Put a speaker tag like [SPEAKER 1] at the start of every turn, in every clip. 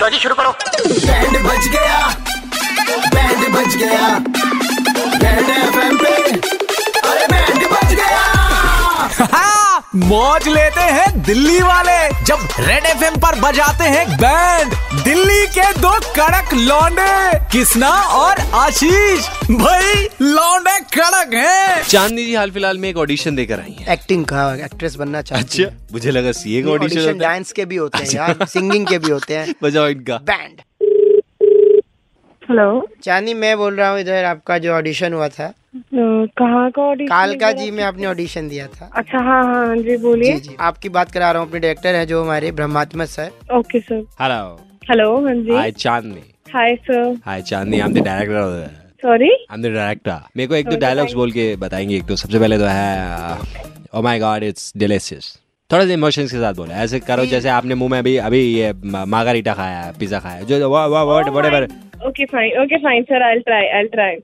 [SPEAKER 1] तो जी शुरू करो
[SPEAKER 2] बैंड बज गया बैंड बज गया बैंड एफएम पे अरे बैंड बज गया
[SPEAKER 3] हाँ, मौज लेते हैं दिल्ली वाले जब रेड एफ पर बजाते हैं बैंड दिल्ली के दो कड़क लौंडे किसना और आशीष भाई लौंडे कड़क हैं
[SPEAKER 4] चांदनी जी हाल फिलहाल में एक ऑडिशन देकर आई है
[SPEAKER 5] एक्टिंग का एक्ट्रेस बनना चाहती है
[SPEAKER 4] मुझे लगा सीए का ऑडिशन होता
[SPEAKER 5] ऑडिशन
[SPEAKER 4] है।
[SPEAKER 5] डांस के भी होते हैं यार सिंगिंग के भी होते हैं
[SPEAKER 4] बजाओ इनका
[SPEAKER 5] बैंड
[SPEAKER 6] हेलो
[SPEAKER 5] चांदी मैं बोल रहा हूँ इधर आपका जो ऑडिशन हुआ था
[SPEAKER 6] अ, कहाँ का ऑडिशन
[SPEAKER 5] कालका
[SPEAKER 6] वगैरह?
[SPEAKER 5] जी में आपने ऑडिशन दिया था
[SPEAKER 6] अच्छा हाँ हाँ जी बोलिए
[SPEAKER 5] जी जी आपकी बात करा रहा हूँ अपने डायरेक्टर है जो हमारे Brahmatma sir
[SPEAKER 6] okay sir
[SPEAKER 4] hello
[SPEAKER 6] hello हाँ जी
[SPEAKER 4] hi Chandni
[SPEAKER 6] hi sir
[SPEAKER 4] hi Chandni I am the director
[SPEAKER 6] sorry
[SPEAKER 4] I am the director मेरे को एक दो डायलॉग्स बोल के बताएंगे एक तो सबसे पहले तो है uh, oh oh my God it's delicious थोड़ा सा इमोशंस के साथ बोला ऐसे करो जैसे आपने मुंह में अभी अभी ये मागारीटा खाया है पिज्जा खाया है जो वाह वाह
[SPEAKER 6] Oh,
[SPEAKER 4] what whatever
[SPEAKER 6] okay fine okay fine sir I try I try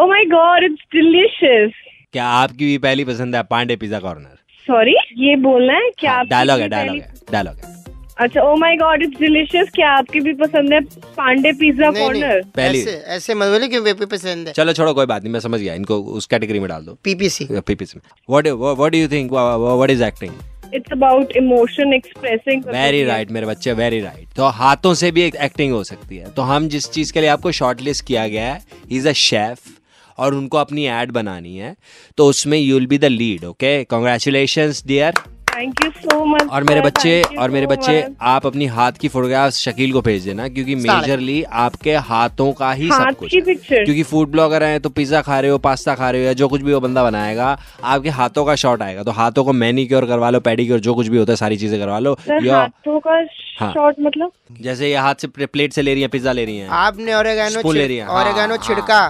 [SPEAKER 6] oh my God it's delicious
[SPEAKER 4] क्या आपकी भी पहली पसंद है पांडे पिज्जा कॉर्नर
[SPEAKER 6] सॉरी ये बोलना है क्या आपकी
[SPEAKER 4] डायलॉग हाँ, है
[SPEAKER 6] भी
[SPEAKER 4] डायलॉग
[SPEAKER 6] पहली-
[SPEAKER 4] है डायलॉग है
[SPEAKER 6] अच्छा oh my God it's delicious क्या आपकी भी पसंद है पांडे पिज्जा कॉर्नर
[SPEAKER 4] पहली-
[SPEAKER 5] ऐसे ऐसे मत बोले क्यों बेपी पसंद है
[SPEAKER 4] चलो छोड़ो कोई बात नहीं मैं समझ गया इनको उस कैटेगरी में डाल दो
[SPEAKER 5] पीपीसी
[SPEAKER 4] पीपीसी में what what do you think what is acting
[SPEAKER 6] it's about emotion expressing
[SPEAKER 4] very right मेरे बच्चे वेरी राइट तो हाथों से भी एक्टिंग हो सकती है तो हम जिस चीज़ के लिए आपको शॉर्टलिस्ट किया गया है इज अ शेफ और उनको अपनी एड बनानी है तो उसमें you will be the lead okay congratulation dear
[SPEAKER 6] thank you so much
[SPEAKER 4] और मेरे बच्चे और मेरे बच्चे आप अपनी हाथ की फोटोग्राफ शकील को भेज देना क्योंकि मेजरली आपके हाथों का ही
[SPEAKER 6] हाथ
[SPEAKER 4] सब कुछ
[SPEAKER 6] की
[SPEAKER 4] है।
[SPEAKER 6] हाँ, picture।
[SPEAKER 4] क्योंकि फूड ब्लॉगर हैं तो पिज्जा खा रहे हो पास्ता खा रहे हो या जो कुछ भी वो बंदा बनाएगा आपके हाथों का शॉट आएगा तो हाथों को मैनिक्योर करवा लो पेडिक्योर जो कुछ भी होता है सारी चीजें करवा लो
[SPEAKER 6] सर
[SPEAKER 4] या
[SPEAKER 6] हाथों का
[SPEAKER 4] हाँ।
[SPEAKER 6] शॉट मतलब
[SPEAKER 4] जैसे ये हाथ से प्लेट से ले रही है पिज्जा ले रही है
[SPEAKER 5] आपने ओरेगानो
[SPEAKER 4] Spoon ले रही है, हाँ,
[SPEAKER 5] ओरेगानो
[SPEAKER 4] हाँ।
[SPEAKER 5] छिड़का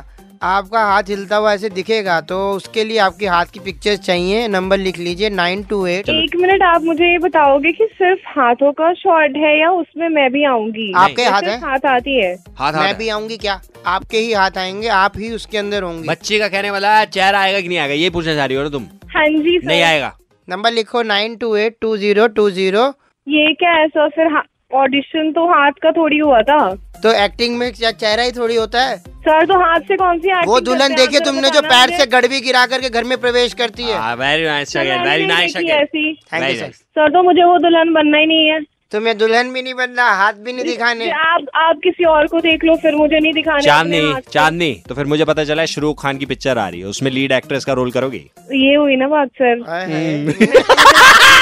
[SPEAKER 5] आपका हाथ हिलता हुआ ऐसे दिखेगा तो उसके लिए आपके हाथ की पिक्चर्स चाहिए नंबर लिख लीजिए नाइन टू एट
[SPEAKER 6] एक मिनट आप मुझे ये बताओगे कि सिर्फ हाथों का शॉट है या उसमें मैं भी आऊंगी
[SPEAKER 5] आपके
[SPEAKER 6] या
[SPEAKER 5] हाथ
[SPEAKER 6] सिर्फ
[SPEAKER 5] हैं?
[SPEAKER 6] हाथ आती है
[SPEAKER 4] हाथ हाथ
[SPEAKER 5] मैं भी आऊंगी क्या आपके ही हाथ आएंगे आप ही उसके अंदर
[SPEAKER 4] है।
[SPEAKER 5] होंगे
[SPEAKER 4] बच्चे का कहने वाला है चेहरा आएगा कि नहीं आएगा ये पूछना चाह रही हो ना तुम
[SPEAKER 6] हाँ जी सर
[SPEAKER 4] नहीं आएगा
[SPEAKER 5] नंबर लिखो nine two eight two zero two zero
[SPEAKER 6] ये क्या है सर फिर हा- ऑडिशन तो हाथ का थोड़ी हुआ था
[SPEAKER 5] तो एक्टिंग में क्या चेहरा ही थोड़ी होता है
[SPEAKER 6] सर तो हाथ से कौन सी acting
[SPEAKER 5] वो
[SPEAKER 6] करते
[SPEAKER 5] दुल्हन
[SPEAKER 6] हैं? तो
[SPEAKER 5] देखिए
[SPEAKER 6] आप जरा
[SPEAKER 5] तुमने जो
[SPEAKER 6] बताना
[SPEAKER 5] पैर
[SPEAKER 6] मुझे।
[SPEAKER 5] से गड़बी गिरा करके घर में प्रवेश करती है
[SPEAKER 4] वेरी नाइस
[SPEAKER 6] सर, मैंने
[SPEAKER 4] वेरी
[SPEAKER 6] नहीं
[SPEAKER 4] नाइस
[SPEAKER 6] देखी ऐसी
[SPEAKER 5] Thank you,
[SPEAKER 4] very
[SPEAKER 5] sir.
[SPEAKER 4] Nice
[SPEAKER 6] sir तो मुझे वो दुल्हन बनना ही नहीं है
[SPEAKER 5] तुम्हें दुल्हन भी नहीं बनना हाथ भी नहीं दिखाने
[SPEAKER 6] फिर आप आप किसी और को देख लो फिर मुझे नहीं दिखाना अपने
[SPEAKER 4] चांदनी
[SPEAKER 6] हाथ से।
[SPEAKER 4] चांदनी तो फिर मुझे पता चला है शाहरुख खान की पिक्चर आ रही है उसमें लीड एक्ट्रेस का रोल करोगी
[SPEAKER 6] ये हुई ना बात sir
[SPEAKER 5] hi, hi.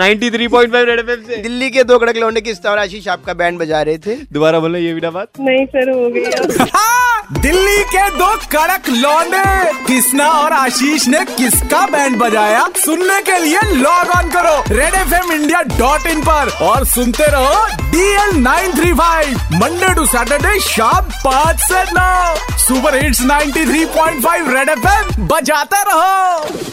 [SPEAKER 4] 93.5 Red FM से
[SPEAKER 5] दिल्ली के दो कड़क लौंडे किस और आशीष आपका बैंड बजा रहे थे
[SPEAKER 4] दोबारा बोलो ये भी ना बात
[SPEAKER 6] नहीं सर हो गई
[SPEAKER 3] हाँ, दिल्ली के दो कड़क लौंडे किसना और आशीष ने किसका बैंड बजाया सुनने के लिए लॉग ऑन करो red F M India dot in पर और सुनते रहो DL nine three five Monday to Saturday शाम पाँच से नौ super hits 93.5 red F M बजाते रहो